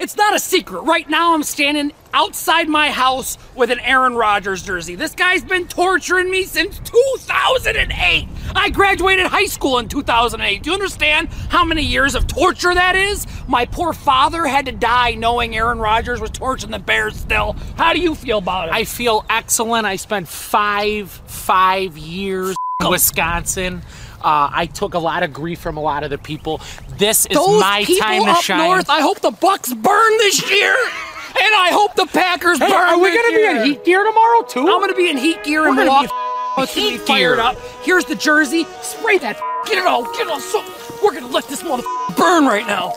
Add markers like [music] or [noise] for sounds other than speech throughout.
It's not a secret. Right now, I'm standing outside my house with an Aaron Rodgers jersey. This guy's been torturing me since 2008. I graduated high school in 2008. Do you understand how many years of torture that is? My poor father had to die knowing Aaron Rodgers was torturing the Bears still. How do you feel about it? I feel excellent. I spent five, five years in Wisconsin. Uh, I took a lot of grief from a lot of the people. This is Those my people time to up shine. north. I hope the Bucks burn this year, and I hope the Packers burn. this year. gear tomorrow too? I'm gonna be in heat gear and We're gonna be walk. in It's gonna be heat fired gear. up. Here's the jersey. Spray that. Get it all. Get it all. So we're gonna let this mother burn right now.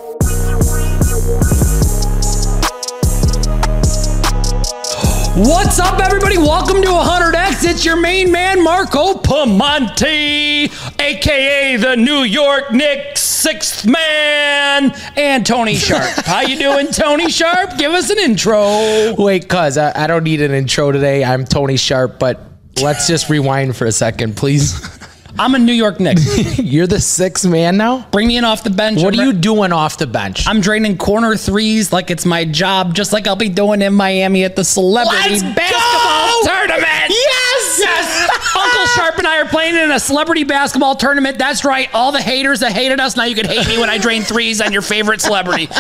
What's up, everybody? Welcome to 100X. It's your main man, Marco Pamonte, aka the New York Knicks sixth man, and Tony [laughs] Sharp. How you doing, Tony Sharp? Give us an intro. Wait, cuz I, I don't need an intro today. I'm Tony Sharp, but let's just rewind for a second, please. [laughs] I'm a New York Knicks. You're the sixth man now? Bring me in off the bench. What I'm are re- you doing off the bench? I'm draining corner threes like it's my job, just like I'll be doing in Miami at the celebrity Let's basketball go! tournament. Yes! Yes! [laughs] Uncle Sharp and I are playing in a celebrity basketball tournament. That's right. All the haters that hated us, now you can hate me when I drain threes on your favorite [laughs] celebrity. Um,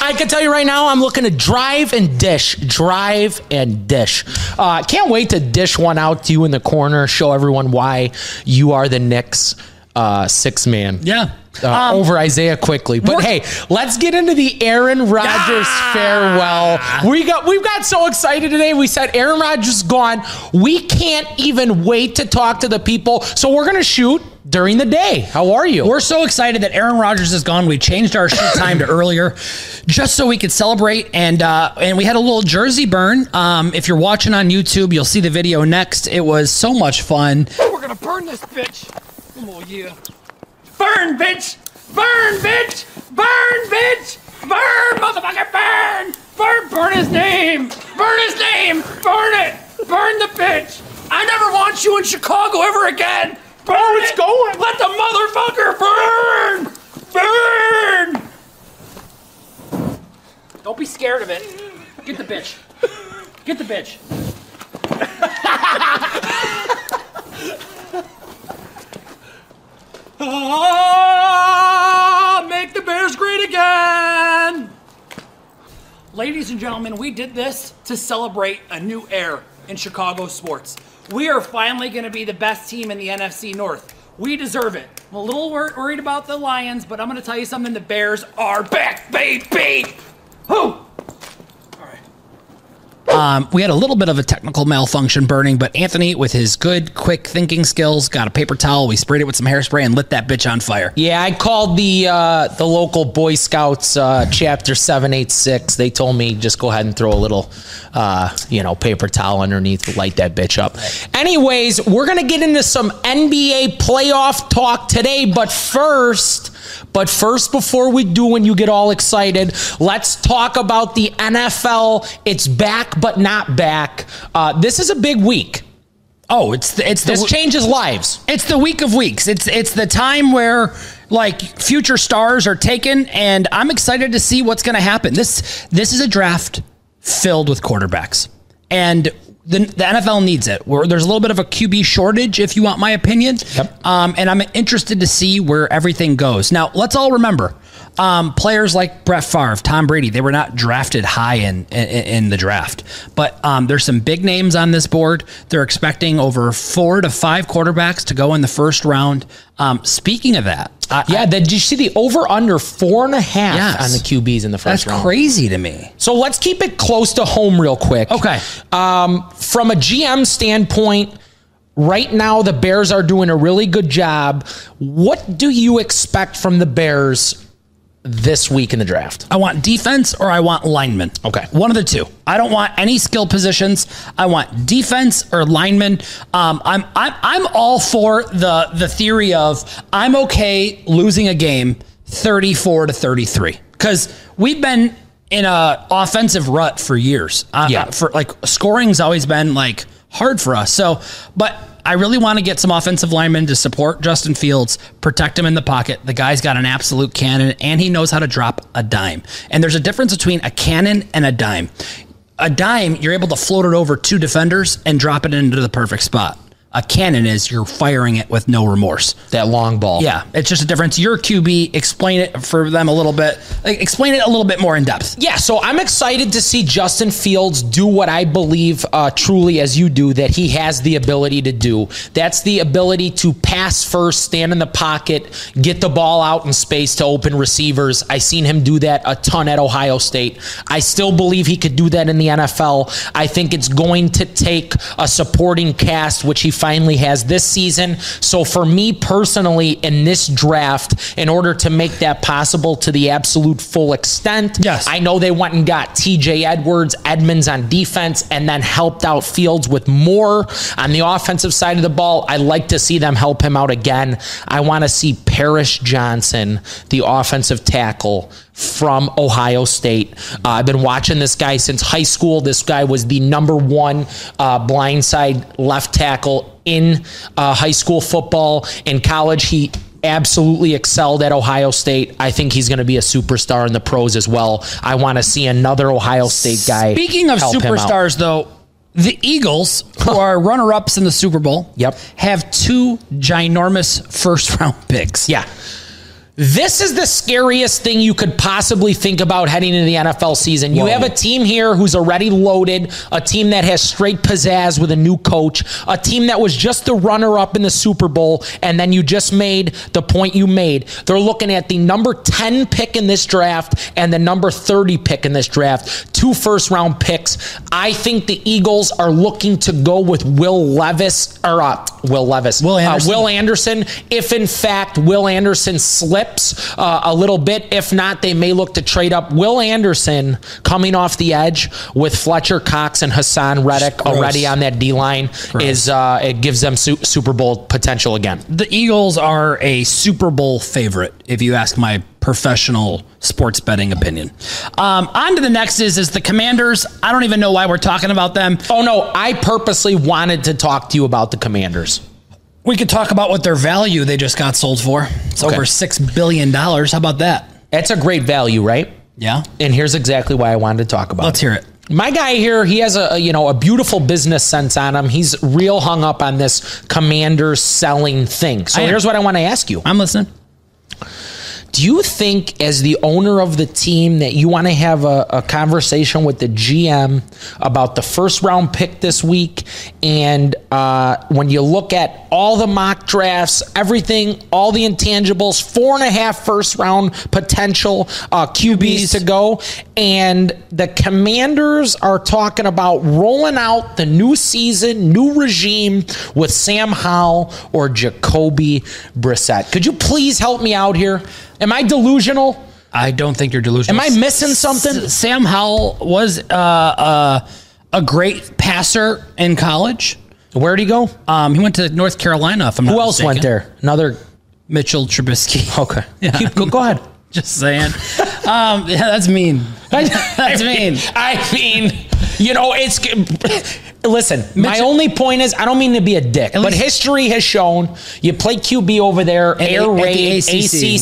I can tell you right now, I'm looking to drive and dish, drive and dish. Uh, can't wait to dish one out to you in the corner, show everyone why you are the Knicks uh, six man. yeah. Uh, over Isaiah quickly, but hey, let's get into the Aaron Rodgers farewell. We got we got so excited today. We said Aaron Rodgers is gone. We can't even wait to talk to the people, so we're gonna shoot during the day. How are you? We're so excited that Aaron Rodgers is gone. We changed our shoot time to earlier, just so we could celebrate. And uh, and we had a little jersey burn. Um, if you're watching on YouTube, you'll see the video next. It was so much fun. We're going to burn this bitch. Oh, yeah. Burn, bitch! Burn, bitch! Burn, bitch! Burn, motherfucker, burn! Burn, burn his name! Burn his name! Burn it! Burn the bitch! I never want you in Chicago ever again! Burn oh, it's going! Let the motherfucker burn! Burn! Don't be scared of it. Get the bitch. Get the bitch. Ah, make the Bears great again! Ladies and gentlemen, we did this to celebrate a new era in Chicago sports. We are finally going to be the best team in the NFC North. We deserve it. I'm a little wor- worried about the Lions, but I'm going to tell you something the Bears are back, baby! Who? Um, we had a little bit of a technical malfunction burning, but Anthony, with his good, quick thinking skills, got a paper towel. We sprayed it with some hairspray and lit that bitch on fire. Yeah, I called the uh, the local Boy Scouts uh, chapter seven eight six. They told me just go ahead and throw a little, uh, you know, paper towel underneath, light that bitch up. Anyways, we're gonna get into some NBA playoff talk today, but first, but first, before we do, when you get all excited, let's talk about the NFL. It's back, but not back. Uh, this is a big week. Oh, it's the, it's the This changes lives. It's the week of weeks. It's it's the time where like future stars are taken, and I'm excited to see what's going to happen. This this is a draft filled with quarterbacks, and the, the NFL needs it. Where there's a little bit of a QB shortage, if you want my opinion. Yep. Um, and I'm interested to see where everything goes. Now, let's all remember. Um, players like Brett Favre, Tom Brady, they were not drafted high in in, in the draft, but um, there's some big names on this board. They're expecting over four to five quarterbacks to go in the first round. Um, speaking of that, I, Yeah, did you see the over under four and a half Yes. on the QBs in the first that's round? crazy to me. So let's keep it close to home real quick. Okay. Um, from a GM standpoint, right now the Bears are doing a really good job. What do you expect from the Bears this week in the draft? I want defense or I want linemen. Okay. One of the two. I don't want any skill positions. I want defense or linemen. Um, I'm, I'm, I'm all for the, the theory of I'm okay losing a game 34 to 33 because we've been in a offensive rut for years. Uh, Yeah. For like scoring's always been like hard for us. So, but I really want to get some offensive linemen to support Justin Fields, protect him in the pocket. The guy's got an absolute cannon and he knows how to drop a dime. And there's a difference between a cannon and a dime. A dime, you're able to float it over two defenders and drop it into the perfect spot. A cannon is you're firing it with no remorse. That long ball. Yeah, it's just a difference. Your QB, explain it for them a little bit. Like, explain it a little bit more in depth. Yeah, so I'm excited to see Justin Fields do what I believe uh, truly, as you do, that he has the ability to do. That's the ability to pass first, stand in the pocket, get the ball out in space to open receivers. I seen him do that a ton at Ohio State. I still believe he could do that in the NFL. I think it's going to take a supporting cast, which he finally has this season. So for me personally, in this draft, in order to make that possible to the absolute full extent, Yes. I know they went and got TJ Edwards, Edmonds on defense, and then helped out Fields with more on the offensive side of the ball. I like to see them help him out again. I want to see Parrish Johnson, the offensive tackle from Ohio State. Uh, I've been watching this guy since high school. This guy was the number one uh, blindside left tackle in uh, high school football. In college, he absolutely excelled at Ohio State. I think he's going to be a superstar in the pros as well. I want to see another Ohio State guy. Speaking of help him out. superstars, though, the Eagles, who are runner ups in the Super Bowl, Yep. have two ginormous first round picks. yeah. This is the scariest thing you could possibly think about heading into the NFL season. You Whoa. have a team here who's already loaded, a team that has straight pizzazz with a new coach, a team that was just the runner up in the Super Bowl, and then you just made the point you made. They're looking at the number 10 pick in this draft and the number 30 pick in this draft, two first round picks. I think the Eagles are looking to go with Will Levis, or uh, Will Levis, Will Uh, Anderson. Will Anderson. If in fact Will Anderson slips uh, a little bit, if not, they may look to trade up. Will Anderson coming off the edge with Fletcher Cox and Hassan Reddick Gross. already on that D line is uh, it gives them su- Super Bowl potential again. The Eagles are a Super Bowl favorite, if you ask my professional sports betting opinion. Um, on to the next is is the Commanders. I don't even know why we're talking about them. Oh no, I purposely wanted to talk to you about the Commanders. We could talk about what their value they just got sold for. It's Okay. over six billion dollars. How about that? That's a great value, right? Yeah. And here's exactly why I wanted to talk about. Let's it. hear it. my guy here he has a a, you know a beautiful business sense on him he's real hung up on this commander selling thing so I am. here's what i want to ask you I'm listening. do you think as the owner of the team that you want to have a, a conversation with the gm about the first round pick this week and uh, when you look at all the mock drafts everything all the intangibles four and a half first round potential uh, qb's to go and the commanders are talking about rolling out the new season new regime with sam howell or jacoby brissett could you please help me out here Am I delusional? I don't think you're delusional. Am I missing something? S- Sam Howell was uh, uh, a great passer in college. Where'd he go? Um, he went to North Carolina. If I'm Who else went there? Another. Mitchell Trubisky. [laughs] Okay. Yeah. Keep- go, go ahead. [laughs] Just saying. um, yeah, that's mean. [laughs] That's mean. I mean, you know, it's. Listen, my only point is I don't mean to be a dick, but least- history has shown you play QB over there, air At the raid, ACC.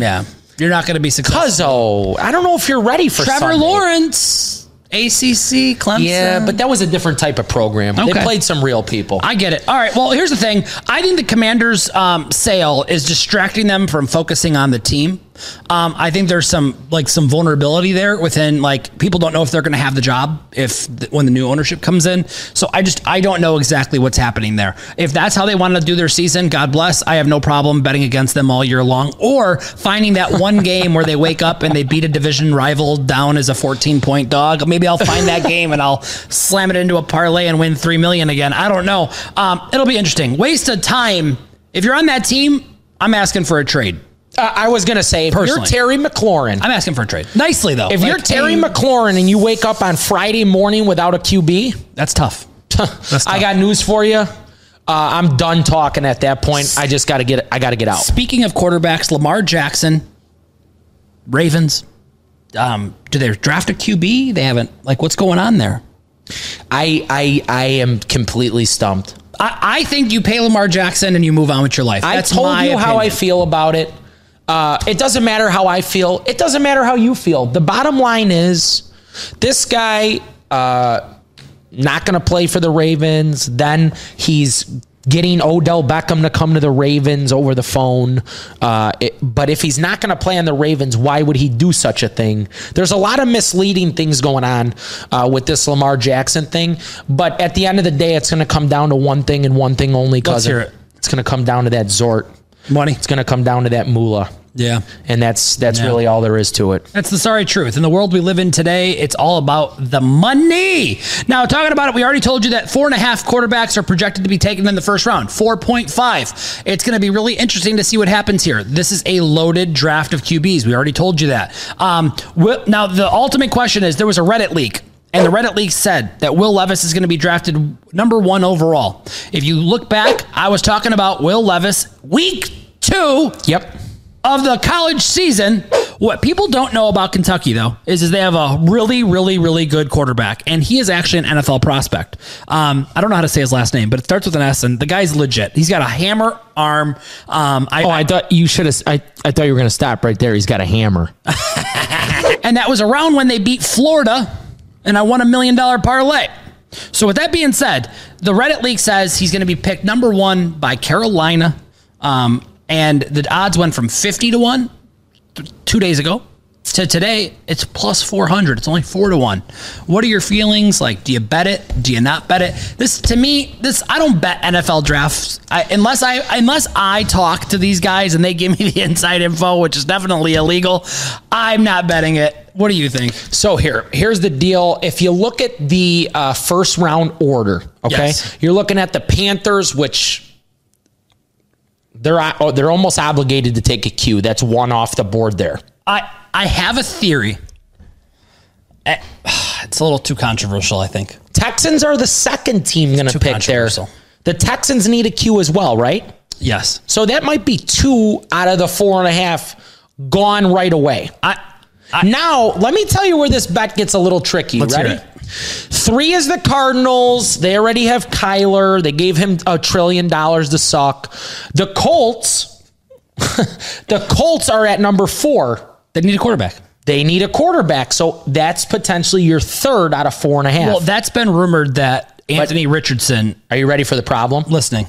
ACC. Yeah, you're not going to be successful. Cuzzo, I don't know if you're ready for Trevor Sunday. Lawrence, ACC, Clemson. Yeah, but that was a different type of program. They Okay. played some real people. I get it. All right. Well, here's the thing. I think the Commanders' um, sale is distracting them from focusing on the team. Um, I think there's some like some vulnerability there within like people don't know if they're going to have the job if th- when the new ownership comes in. So I just I don't know exactly what's happening there. If that's how they wanted to do their season, God bless. I have no problem betting against them all year long or finding that one [laughs] game where they wake up and they beat a division rival down as a 14 point dog. Maybe I'll find that game and I'll slam it into a parlay and win 3 million again. I don't know. Um, it'll be interesting. Waste of time. If you're on that team, I'm asking for a trade. Uh, I was going to say, if you're Personally. Terry McLaurin, I'm asking for a trade. Nicely though. if Like, you're Terry hey, McLaurin and you wake up on Friday morning without a QB, [laughs] that's tough. That's I tough. got news for you. Uh, I'm done talking at that point. I just got to get. I got to get out. Speaking of quarterbacks, Lamar Jackson, Ravens. Um, do they draft a QB? They haven't. Like, what's going on there? I I I am completely stumped. I, I think you pay Lamar Jackson and you move on with your life. I That's told you my how I opinion. feel about it. Uh, it doesn't matter how I feel. It doesn't matter how you feel. The bottom line is, this guy uh, not going to play for the Ravens. Then he's getting Odell Beckham to come to the Ravens over the phone. Uh, it- but if he's not going to play on the Ravens, why would he do such a thing? There's a lot of misleading things going on uh, with this Lamar Jackson thing. But at the end of the day, it's going to come down to one thing and one thing only. Cousin. hear it. It's going to come down to that Zort. money. It's going to come down to that moolah. Yeah. And that's that's Yeah. really all there is to it. That's the sorry truth. In the world we live in today, it's all about the money. Now, talking about it, we already told you that four and a half quarterbacks are projected to be taken in the first round, 4.5. It's going to be really interesting to see what happens here. This is a loaded draft of QBs. We already told you that. Um, wi- now, the ultimate question is there was a Reddit leak. And the Reddit leak said that Will Levis is going to be drafted number one overall. If you look back, I was talking about Will Levis week two Yep. of the college season. What people don't know about Kentucky, though, is, is they have a really, really, really good quarterback, and he is actually an NFL prospect. Um, I don't know how to say his last name, but it starts with an S, and the guy's legit. He's got a hammer arm. Um, I, Oh, I thought you should have. I, I thought you were going to stop right there. He's got a hammer. and that was around when they beat Florida, and I won a million dollar parlay. So with that being said, the Reddit leak says he's going to be picked number one by Carolina, um, and the odds went from fifty to one th- two days ago to today. It's plus four hundred. It's only four to one. What are your feelings? Like, do you bet it? Do you not bet it? This to me, this I don't bet NFL drafts I, unless I unless I talk to these guys and they give me [laughs] the inside info, which is definitely illegal. I'm not betting it. What do you think? So here, here's the deal. If you look at the uh, first round order, okay, Yes. you're looking at the Panthers, which they're oh, they're almost obligated to take a cue. That's one off the board there. I I have a theory. Eh, [sighs] It's a little too controversial, I think. Texans are the second team going to too pick there. controversial. The Texans need a cue as well, right? Yes. So that might be two out of the four and a half gone right away. I now, let me tell you where this bet gets a little tricky. Let's hear Ready? it. Three is the Cardinals. They already have Kyler. They gave him a trillion dollars to suck. The Colts, [laughs] the Colts are at number four. they need a quarterback. They need a quarterback. So that's potentially your third out of four and a half. Well, that's been rumored that Anthony Richardson are you ready for the problem? listening.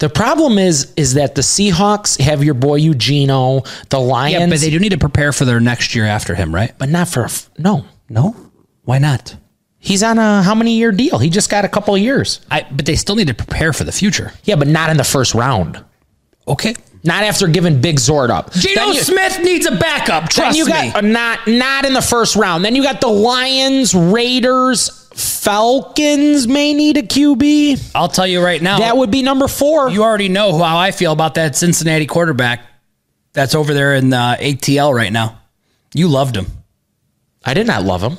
The problem is is that the Seahawks have your boy Eugenio, the Lions, Yeah, but, but they do need to prepare for their next year after him, right? But not for a f- no. no, why not? He's on a how many year deal? He just got a couple of years. I but they still need to prepare for the future. Yeah, but not in the first round. Okay. Not after giving Big Zord up. Geno Then you- Smith needs a backup. Then Trust you me. got uh, not not in the first round. Then you got the Lions, Raiders, Falcons may need a QB. I'll tell you right now. That would be number four. you already know how I feel about that Cincinnati quarterback that's over there in uh, ATL right now. You loved him. I did not love him.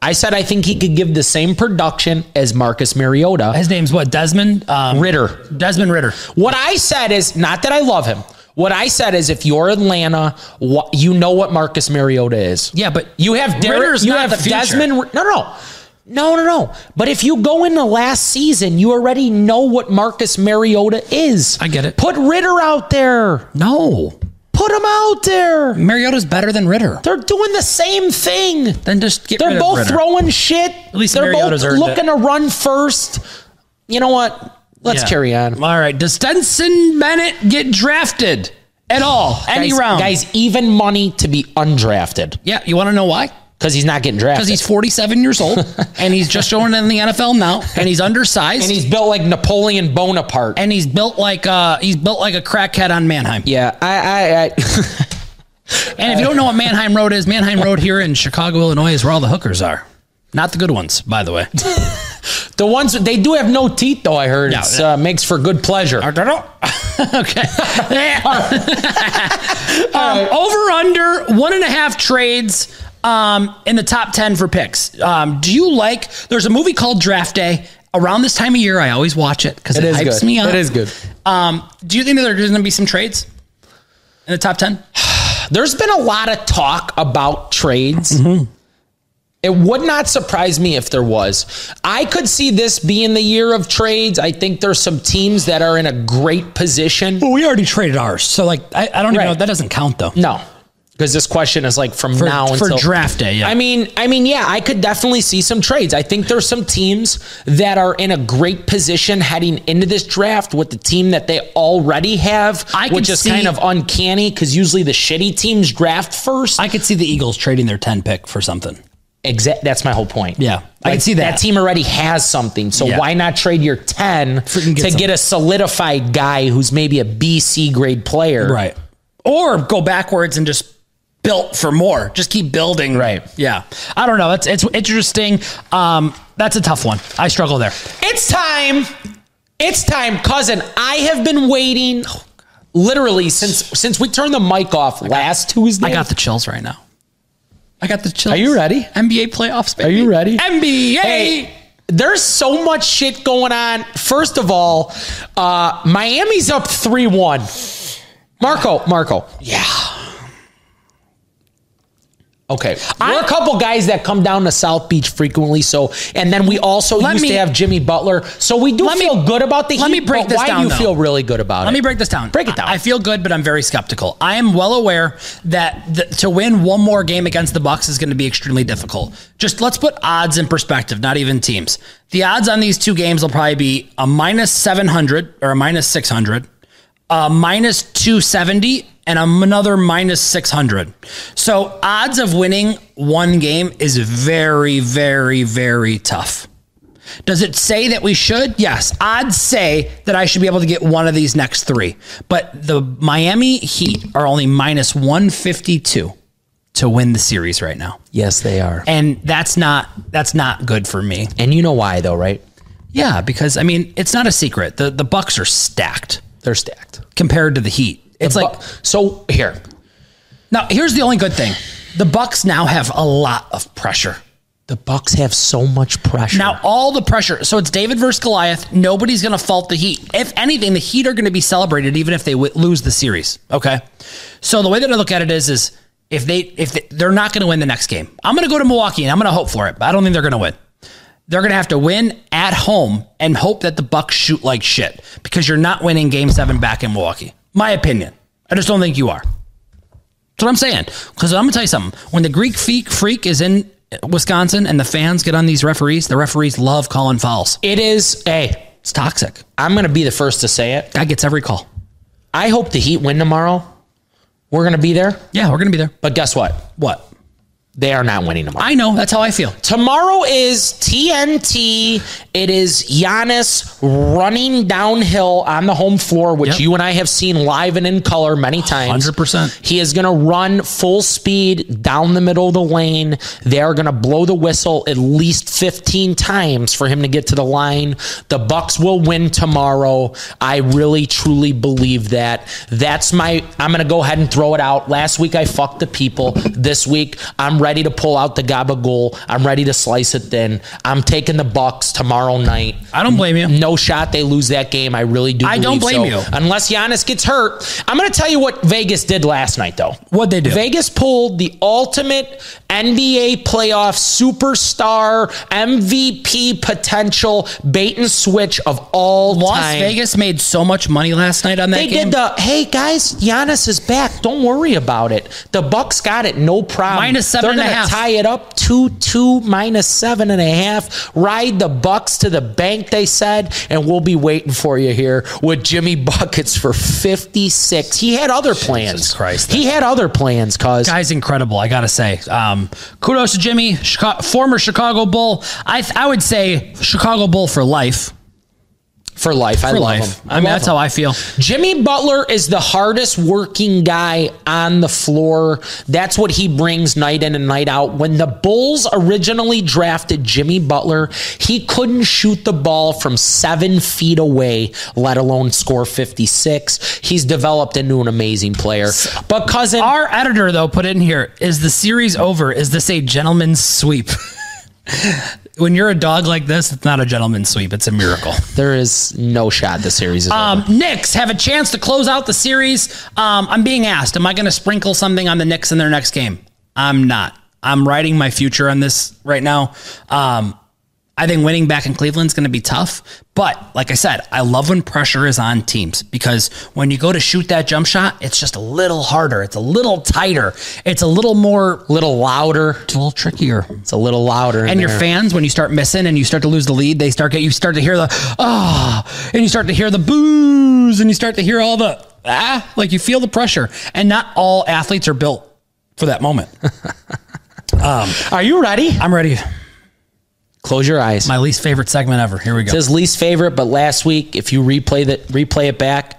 I said I think he could give the same production as Marcus Mariota. His name's what? Desmond um, Ritter. Desmond Ritter. What I said is not that I love him. What I said is if you're Atlanta, wha- you know what Marcus Mariota is. Yeah, but You have Derek, Ritter's you not have the future. Desmond. No, no, no. No, no, no. But if you go into last season, you already know what Marcus Mariota is. I get it. Put Ritter out there. no, Put him out there. Mariota's better than Ritter. They're doing the same thing. Then just get rid They're of both Ritter. throwing shit. At least They're Mariota's both earned it. looking to run first. You know what? Let's Yeah. carry on. All right. Does Stenson Bennett get drafted at all? Any guys, round? Guys, even money to be undrafted Yeah, you want to know why? because he's not getting drafted. Because he's 47 years old [laughs] and he's just going in the NFL now and he's undersized and he's built like Napoleon Bonaparte. and he's built like uh he's built like a crackhead on Manheim. yeah, I, I, [laughs] I And if you don't know what Manheim Road is, Manheim Road here in Chicago, Illinois is where all the hookers are. Not the good ones, by [laughs] the way. the ones they do have no teeth though. I heard Yeah. it uh, makes for good pleasure. [laughs] [laughs] okay. um, over under one and a half trades um, in the top 10 for picks. Um, do you like, there's a movie called Draft Day. Around this time of year, I always watch it because it, is hypes good. me up. It is good. Um, do you think that there's going to be some trades in the top 10? Mm-hmm. There's been a lot of talk about trades. It would not surprise me if there was. I could see this being the year of trades. I think there's some teams that are in a great position. Well, we already traded ours, so like I, I don't even Right. know. That doesn't count though. No, because this question is like from For, now for until draft day, yeah. I mean, I mean, yeah, I could definitely see some trades. I think there's some teams that are in a great position heading into this draft with the team that they already have, I can which is see- kind of uncanny because usually the shitty teams draft first. I could see the Eagles trading their ten pick for something. Exa- that's my whole point. Yeah, I can see that. That team already has something, so Yeah. why not trade your ten Freaking get to some. get a solidified guy who's maybe a BC grade player? Right. Or go backwards and just built for more. Just keep building. Right. Yeah. I don't know. It's it's interesting. Um, that's a tough one. I struggle there. It's time. It's time, cousin. I have been waiting literally since since we turned the mic off last Tuesday. I got the chills right now. I got the chills. Are you ready? NBA playoffs, baby. Are you ready? NBA. Hey, there's so much shit going on. First of all, uh, Miami's up 3 1. Marco, Marco. Yeah. Okay. We're a couple guys that come down to South Beach frequently. So, and then we also Let used me- to have Jimmy Butler. So we do Let me- feel good about the Heat. let me break but this why down, do you though. feel really good about it? Let me break this down. Break it down. I I feel good, but I'm very skeptical. I am well aware that th- to win one more game against the Bucks is going to be extremely difficult. Just let's put odds in perspective, not even teams. The odds on these two games will probably be a minus 700 or a minus 600, a minus 270, and a- another minus 600. So odds of winning one game is very, very, very tough. Does it say that we should? Yes. Odds say that I should be able to get one of these next three. But the Miami Heat are only minus 152 to win the series right now. Yes, they are. And that's not that's not good for me. And you know why though, right? Yeah, because I mean, it's not a secret. The the Bucks are stacked They're stacked. compared to the Heat. It's like so here. now here's the only good thing. The Bucks now have a lot of pressure. The Bucks have so much pressure. Now all the pressure. So it's David versus Goliath. Nobody's going to fault the Heat. If anything, the Heat are going to be celebrated even if they w- lose the series. Okay. So the way that I look at it is, is if they if they, they're not going to win the next game, I'm going to go to Milwaukee and I'm going to hope for it. But I don't think they're going to win. They're going to have to win at home and hope that the Bucks shoot like shit because you're not winning Game Seven back in Milwaukee. My opinion. I just don't think you are. That's what I'm saying. Because I'm gonna tell you something. When the Greek freak freak is in Wisconsin and the fans get on these referees, the referees love calling fouls. it is hey, It's toxic. I'm gonna be the first to say it. Guy gets every call. I hope the Heat win tomorrow. We're gonna be there. Yeah, we're gonna be there. But guess what? What? They are not winning tomorrow. I know. That's how I feel. tomorrow is TNT. It is Giannis running downhill on the home floor, which Yep. you and I have seen live and in color many times. 100%. He is going to run full speed down the middle of the lane. They are going to blow the whistle at least 15 times for him to get to the line. The Bucks will win tomorrow. I really truly believe that. That's my I'm going to go ahead and throw it out. Last week I fucked the people. This week I'm ready to pull out the gabagool. I'm ready to slice it thin. I'm taking the Bucks tomorrow night. I don't blame you. No shot they lose that game. I really do. I don't believe blame so. you. Unless Giannis gets hurt, I'm going to tell you what Vegas did last night, though. What'd they do? Vegas pulled the ultimate NBA playoff superstar MVP potential bait and switch of all Las time. Vegas made so much money last night on that They game. did the hey guys, Giannis is back. Don't worry about it. The Bucks got it, no problem. Minus seven They're and a gonna half. Tie it up two two minus seven and a half. Ride the Bucks to the bank. They said, and we'll be waiting for you here with Jimmy [laughs] buckets for fifty six. He had other plans. Christ. he had other plans, cause Guy's incredible, I gotta say. Um, kudos to Jimmy, Chica- former Chicago Bull. I th- I would say Chicago Bull for life. for life, I For love life. him. I, mean, that's how I feel. Jimmy Butler is the hardest working guy on the floor. That's what he brings night in and night out. When the Bulls originally drafted Jimmy Butler, he couldn't shoot the ball from seven feet away, let alone score 56. He's developed into an amazing player. But, cousin, Our editor, though, put in here is the series over? Is this a gentleman's sweep? [laughs] when you're a dog like this, it's not a gentleman's sweep, it's a miracle. there is no shot the series is over. Um, Knicks have a chance to close out the series. Um, I'm being asked, am I going to sprinkle something on the Knicks in their next game? I'm not. I'm writing my future on this right now. Um, I think winning back in Cleveland's going to be tough. But like I said, I love when pressure is on teams because when you go to shoot that jump shot, it's just a little harder. It's a little tighter. It's a little more, little louder. it's a little trickier. It's a little louder. in And your there. fans, when you start missing and you start to lose the lead, they start get you start to hear the ah, and you start to hear the boos, and you start to hear all the ah, like you feel the pressure. And not all athletes are built for that [laughs] moment. Are you ready? I'm ready. Close your eyes. My least favorite segment ever. Here we go. his least favorite, but last week, if you replay that, replay it back,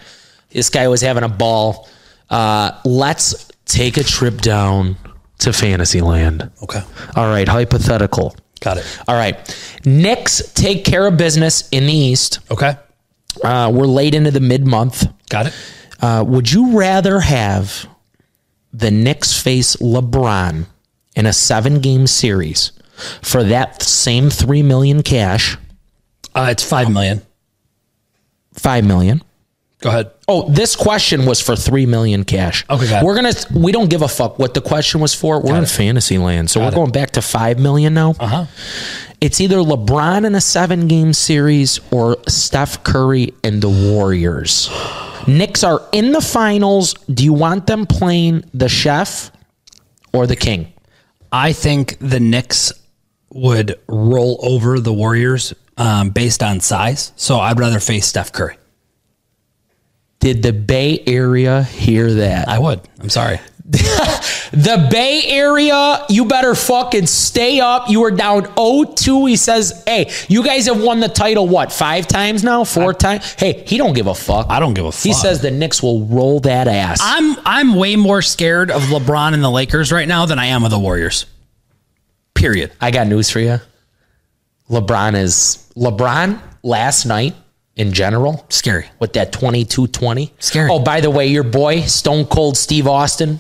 this guy was having a ball. Uh, let's take a trip down to Fantasyland. Okay, All right, hypothetical. got it. All right, Knicks take care of business in the East. Okay, Uh, we're late into the mid month. got it. Uh, would you rather have the Knicks face LeBron in a seven game series for that same three million cash, Uh, it's five million. five million? Go ahead. Oh, this question was for three million cash. Okay, got it. we're gonna we don't give a fuck what the question was for. We're in fantasy land, so we're going back to five million now. Uh Uh-huh. huh. It's either LeBron in a seven game series or Steph Curry and the Warriors. Knicks are in the finals. Do you want them playing the chef or the king? I think the Knicks would roll over the Warriors um, based on size. So I'd rather face Steph Curry. Did the Bay Area hear that? I would. I'm sorry. The Bay Area, you better fucking stay up. You were down 0-2. He says, hey, you guys have won the title, what, five times now? Four times? Hey, he don't give a fuck. I don't give a fuck. He says the Knicks will roll that ass. I'm I'm way more scared of LeBron and the Lakers right now than I am of the Warriors. Period. I got news for you. LeBron is LeBron last night in general Scary. with that 22-20. Scary. Oh, by the way, your boy, Stone Cold Steve Austin,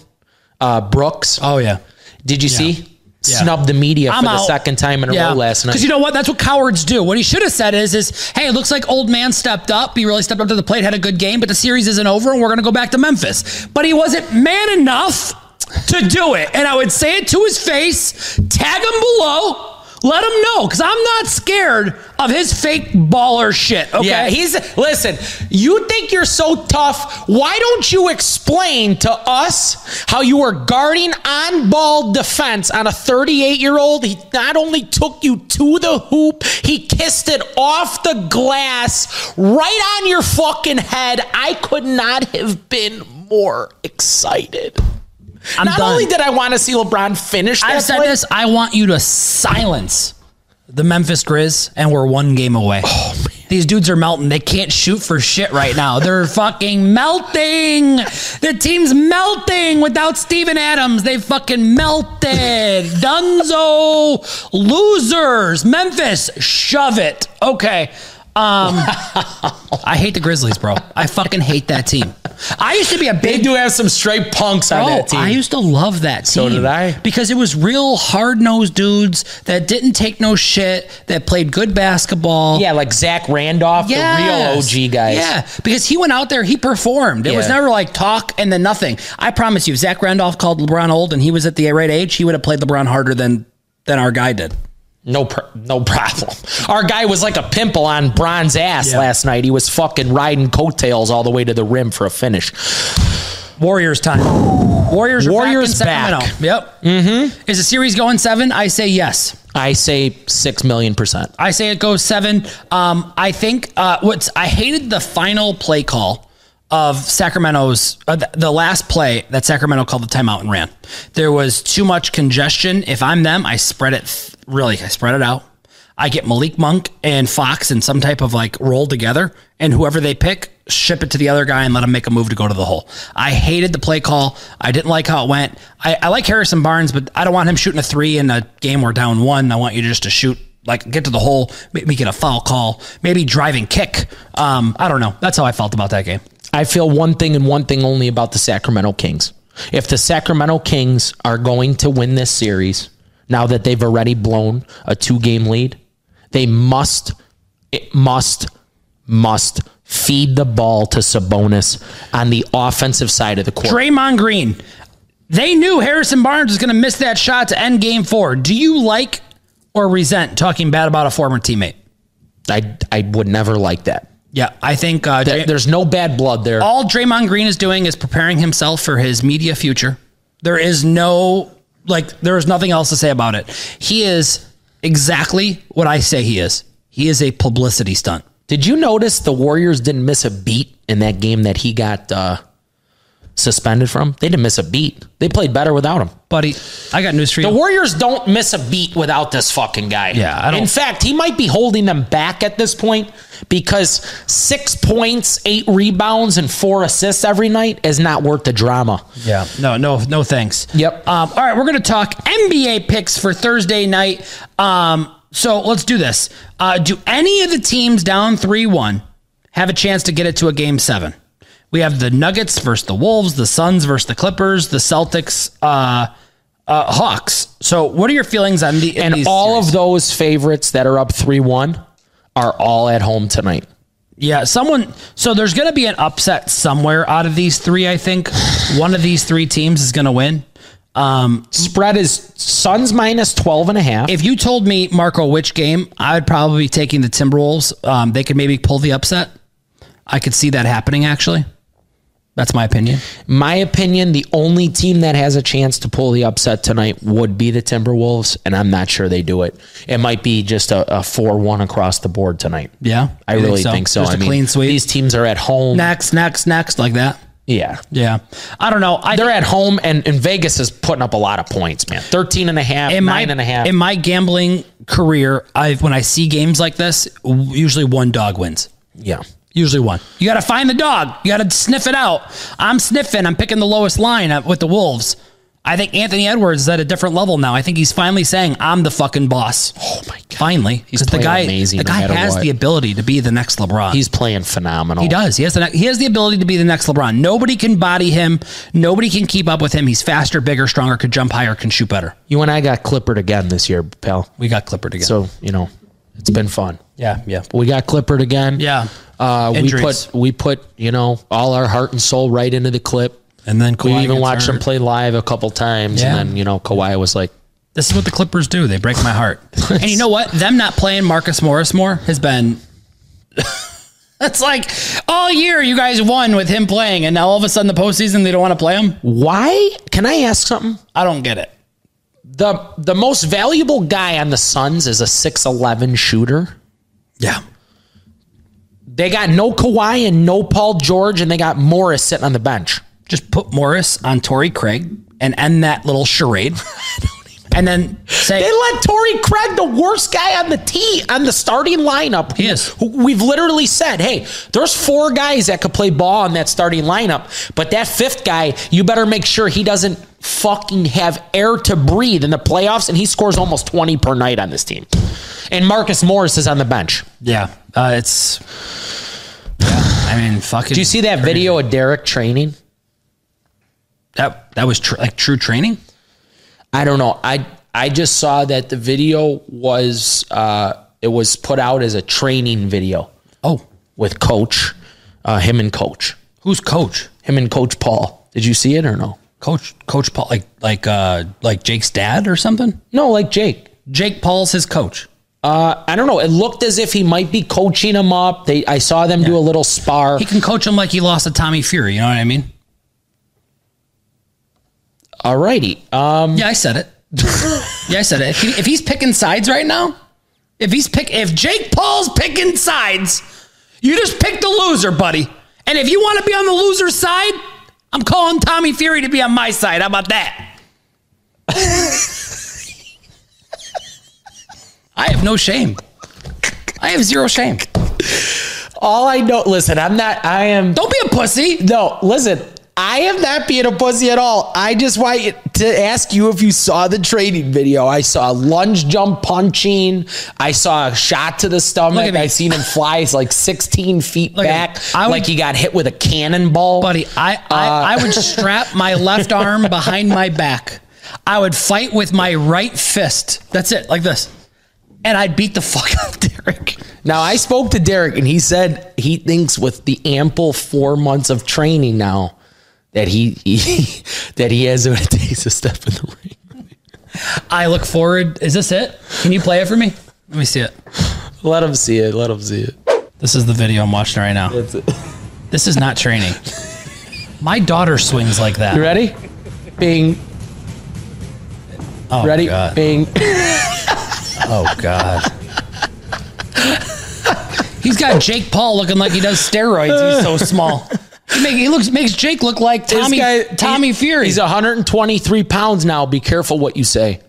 uh, Brooks. Oh yeah. Did you see? Yeah. Snubbed the media I'm for the out. second time in a row last night. Because you know what? That's what cowards do. What he should have said is, is hey, it looks like old man stepped up. He really stepped up to the plate, had a good game, but the series isn't over, and we're gonna go back to Memphis. But he wasn't man enough to do it. And I would say it to his face, tag him below. Let him know, because I'm not scared of his fake baller shit. Okay. Yeah, he's listen. You think you're so tough? Why don't you explain to us how you were guarding on-ball defense on a 38-year-old? He not only took you to the hoop, he kissed it off the glass right on your fucking head. I could not have been more excited. I'm not done. only did I want to see LeBron finish, that I've said play- this. I want you to silence the Memphis Grizz, and we're one game away. These dudes are melting. They can't shoot for shit right now. They're fucking melting. The team's melting without Steven Adams. They fucking melted. Dunzo losers. Memphis, shove it. Okay. Um, I hate the Grizzlies, bro. I fucking hate that team. I used to be a They big do have some straight punks on Bro, that team. Oh, I used to love that team. So did I. Because it was real hard nosed dudes that didn't take no shit, that played good basketball. yeah, like Zach Randolph, Yes. the real OG guys. Yeah, because he went out there, he performed. It was Yeah. never like talk and then nothing. I promise you, if Zach Randolph called LeBron old and he was at the right age, he would have played LeBron harder than than our guy did. No, pr- no problem. Our guy was like a pimple on Bron's ass Yeah. last night. He was fucking riding coattails all the way to the rim for a finish. Warriors time. Warriors. Are Warriors back. In Sacramento. Yep. Mm-hmm. Is the series going seven? I say yes. I say six million percent. I say it goes seven. Um, I think uh, what's I hated the final play call of Sacramento's uh, the, the last play that Sacramento called the timeout and ran. There was too much congestion. If I'm them, I spread it th- really. I spread it out. I get Malik Monk and Fox in some type of like roll together, and whoever they pick, ship it to the other guy and let him make a move to go to the hole. I hated the play call. I didn't like how it went. I, I like Harrison Barnes, but I don't want him shooting a three in a game we're down one. I want you just to shoot like get to the hole, maybe get a foul call, maybe driving kick. Um, I don't know. That's how I felt about that game. I feel one thing and one thing only about the Sacramento Kings. If the Sacramento Kings are going to win this series, now that they've already blown a two game lead, they must, it must, must feed the ball to Sabonis on the offensive side of the court. Draymond Green. They knew Harrison Barnes was going to miss that shot to end game four. Do you like or resent talking bad about a former teammate? I I would never like that. Yeah, I think uh, Th- Dray- There's no bad blood there. all Draymond Green is doing is preparing himself for his media future. There is no like there is nothing else to say about it. He is exactly what I say he is. He is a publicity stunt. Did you notice the Warriors didn't miss a beat in that game that he got uh, suspended from? They didn't miss a beat. They played better without him. Buddy, I got news for you. The Warriors don't miss a beat without this fucking guy. Yeah, I don't- In fact, he might be holding them back at this point because six points, eight rebounds, and four assists every night is not worth the drama. Yeah. No, no, no thanks. Yep. Um, all right, we're going to talk NBA picks for Thursday night. Um, so let's do this. Uh, do any of the teams down 3 1 have a chance to get it to a game seven? We have the Nuggets versus the Wolves, the Suns versus the Clippers, the Celtics, uh, uh, Hawks. So what are your feelings on the And all of those favorites that are up 3 1 are all at home tonight. Yeah, someone. So there's going to be an upset somewhere out of these three. I think one of these three teams is going to win. Spread is Suns minus 12 and a half. If you told me Marco which game, I would probably be taking the Timberwolves. Um, they could maybe pull the upset. I could see that happening. Actually, that's my opinion. my opinion, the only team that has a chance to pull the upset tonight would be the Timberwolves, and I'm not sure they do it. It might be just a, a 4 1 across the board tonight. Yeah, I you really think so. Just I a mean, clean sweep. These teams are at home. next, next, next, like that. yeah. Yeah, I don't know. I, They're at home, and, and Vegas is putting up a lot of points, man. 13 and a half, in my nine and a half. in my gambling career, I when I see games like this, w- usually one dog wins. yeah. Usually one. You got to find the dog. You got to sniff it out. I'm sniffing. I'm picking the lowest line up with the Wolves. I think Anthony Edwards is at a different level now. I think he's finally saying, "I'm the fucking boss." Oh my god! Finally, he's the playing guy. amazing the no guy matter has what. the ability to be the next LeBron. He's playing phenomenal. he does. He has the ne- he has the ability to be the next LeBron. Nobody can body him. Nobody can keep up with him. He's faster, bigger, stronger, could jump higher, can shoot better. You and I got clippered again this year, pal. We got Clipper again. So, you know, it's been fun. yeah, yeah, We got clippered again. yeah. Uh, we Injuries. put we put you know all our heart and soul right into the clip. And then We Kawhi even gets watched him hurt. play live a couple times, and Yeah. then you know Kawhi was like, This is what the Clippers do. They break my heart. and you know what? Them not playing Marcus Morris more has been. [laughs] It's like all year you guys won with him playing, and now all of a sudden the postseason they don't want to play him. "Why? Can I ask something? I don't get it. the The most valuable guy on the Suns is a six eleven shooter. Yeah, They got no Kawhi and no Paul George, and they got Morris sitting on the bench. just put Morris on Torrey Craig and end that little charade, and then say They let Torrey Craig, the worst guy on the tee, on the starting lineup. He is. Who- We've literally said, hey, there's four guys that could play ball on that starting lineup, but that fifth guy, you better make sure he doesn't fucking have air to breathe in the playoffs, and he scores almost 20 per night on this team. And Marcus Morris is on the bench. yeah, uh, it's. Yeah, I mean, fucking. Do you see that video of Derek training? that? That was tr- like true training. I don't know. I I just saw that the video was uh, it was put out as a training video Oh, with coach, uh, him and coach. who's coach? him and Coach Paul. Did you see it or no? Coach Coach Paul, like like uh like Jake's dad or something. No, like Jake. Jake Paul's his coach. Uh, I don't know. It looked as if he might be coaching him up. They, I saw them do a little spar. He can coach him like he lost to Tommy Fury. You know what I mean? Alrighty. Uh, Yeah, I said it. [laughs] yeah, I said it. If, he- if he's picking sides right now, if he's pick, if Jake Paul's picking sides, you just pick the loser, buddy. And if you want to be on the loser's side, I'm calling Tommy Fury to be on my side. How about that? [laughs] I have no shame. I have zero shame. all I know. Listen, I'm not. I am. Don't be a pussy. No, listen. I am not being a pussy at all. I just want you to ask you if you saw the training video. I saw lunge jump punching. I saw a shot to the Look at stomach. me. I seen him fly like 16 feet Look at back, me. I would- like he got hit with a cannonball. buddy. I Uh, I, I would strap my left arm behind my back. I would fight with my right fist. That's it, like this, and I'd beat the [laughs] fuck out of Derek. Now I spoke to Derek and he said he thinks with the ample four months of training now that he, he [laughs] that he has what it takes to step in the ring. I look forward. Is this it? Can you play it for me? Let me see it. Let him see it. Let him see it. This is the video I'm watching right now. That's it. This is not training. My daughter swings like that. You ready? Bing. Oh, Ready? God. Bing. Oh God. He's got Jake Paul looking like he does steroids. He's so small. He, make, he looks makes Jake look like This Tommy guy- Tommy he- Fury. He's 123 pounds now. Be careful what you say.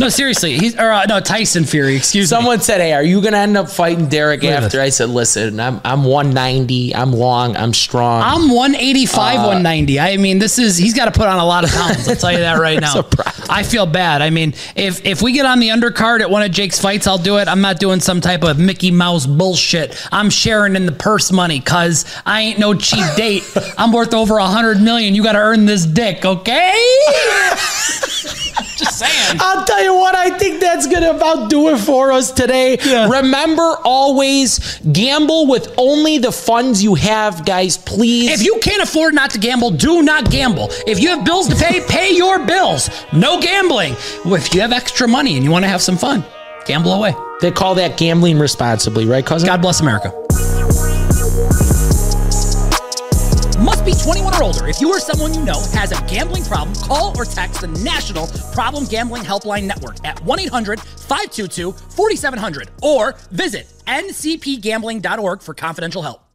no, seriously. He's or uh, no Tyson Fury. Excuse me. Someone said, "Hey, are you going to end up fighting Derek at after?" this. I said, "Listen, I'm I'm 190. I'm long. I'm strong. I'm 185, 190. I mean, this is he's got to put on a lot of pounds. I'll tell you that right now. surprised. I feel bad. I mean, if if we get on the undercard at one of Jake's fights, I'll do it. I'm not doing some type of Mickey Mouse bullshit. I'm sharing in the purse money cuz I ain't no cheap date. I'm worth over a 100 million. You got to earn this dick, okay? Just saying. I'll tell you what, I think that's going to about do it for us today. Remember, always gamble with only the funds you have, guys, please. If you can't afford not to gamble, do not gamble. If you have bills to pay, pay your bills. No gambling. If you have extra money and you want to have some fun, gamble away. they call that gambling responsibly, right, cousin? God bless America. Must be 21 or older. If you or someone you know has a gambling problem, call or text the National Problem Gambling Helpline Network at 1 800 522 4700 or visit ncpgambling.org for confidential help.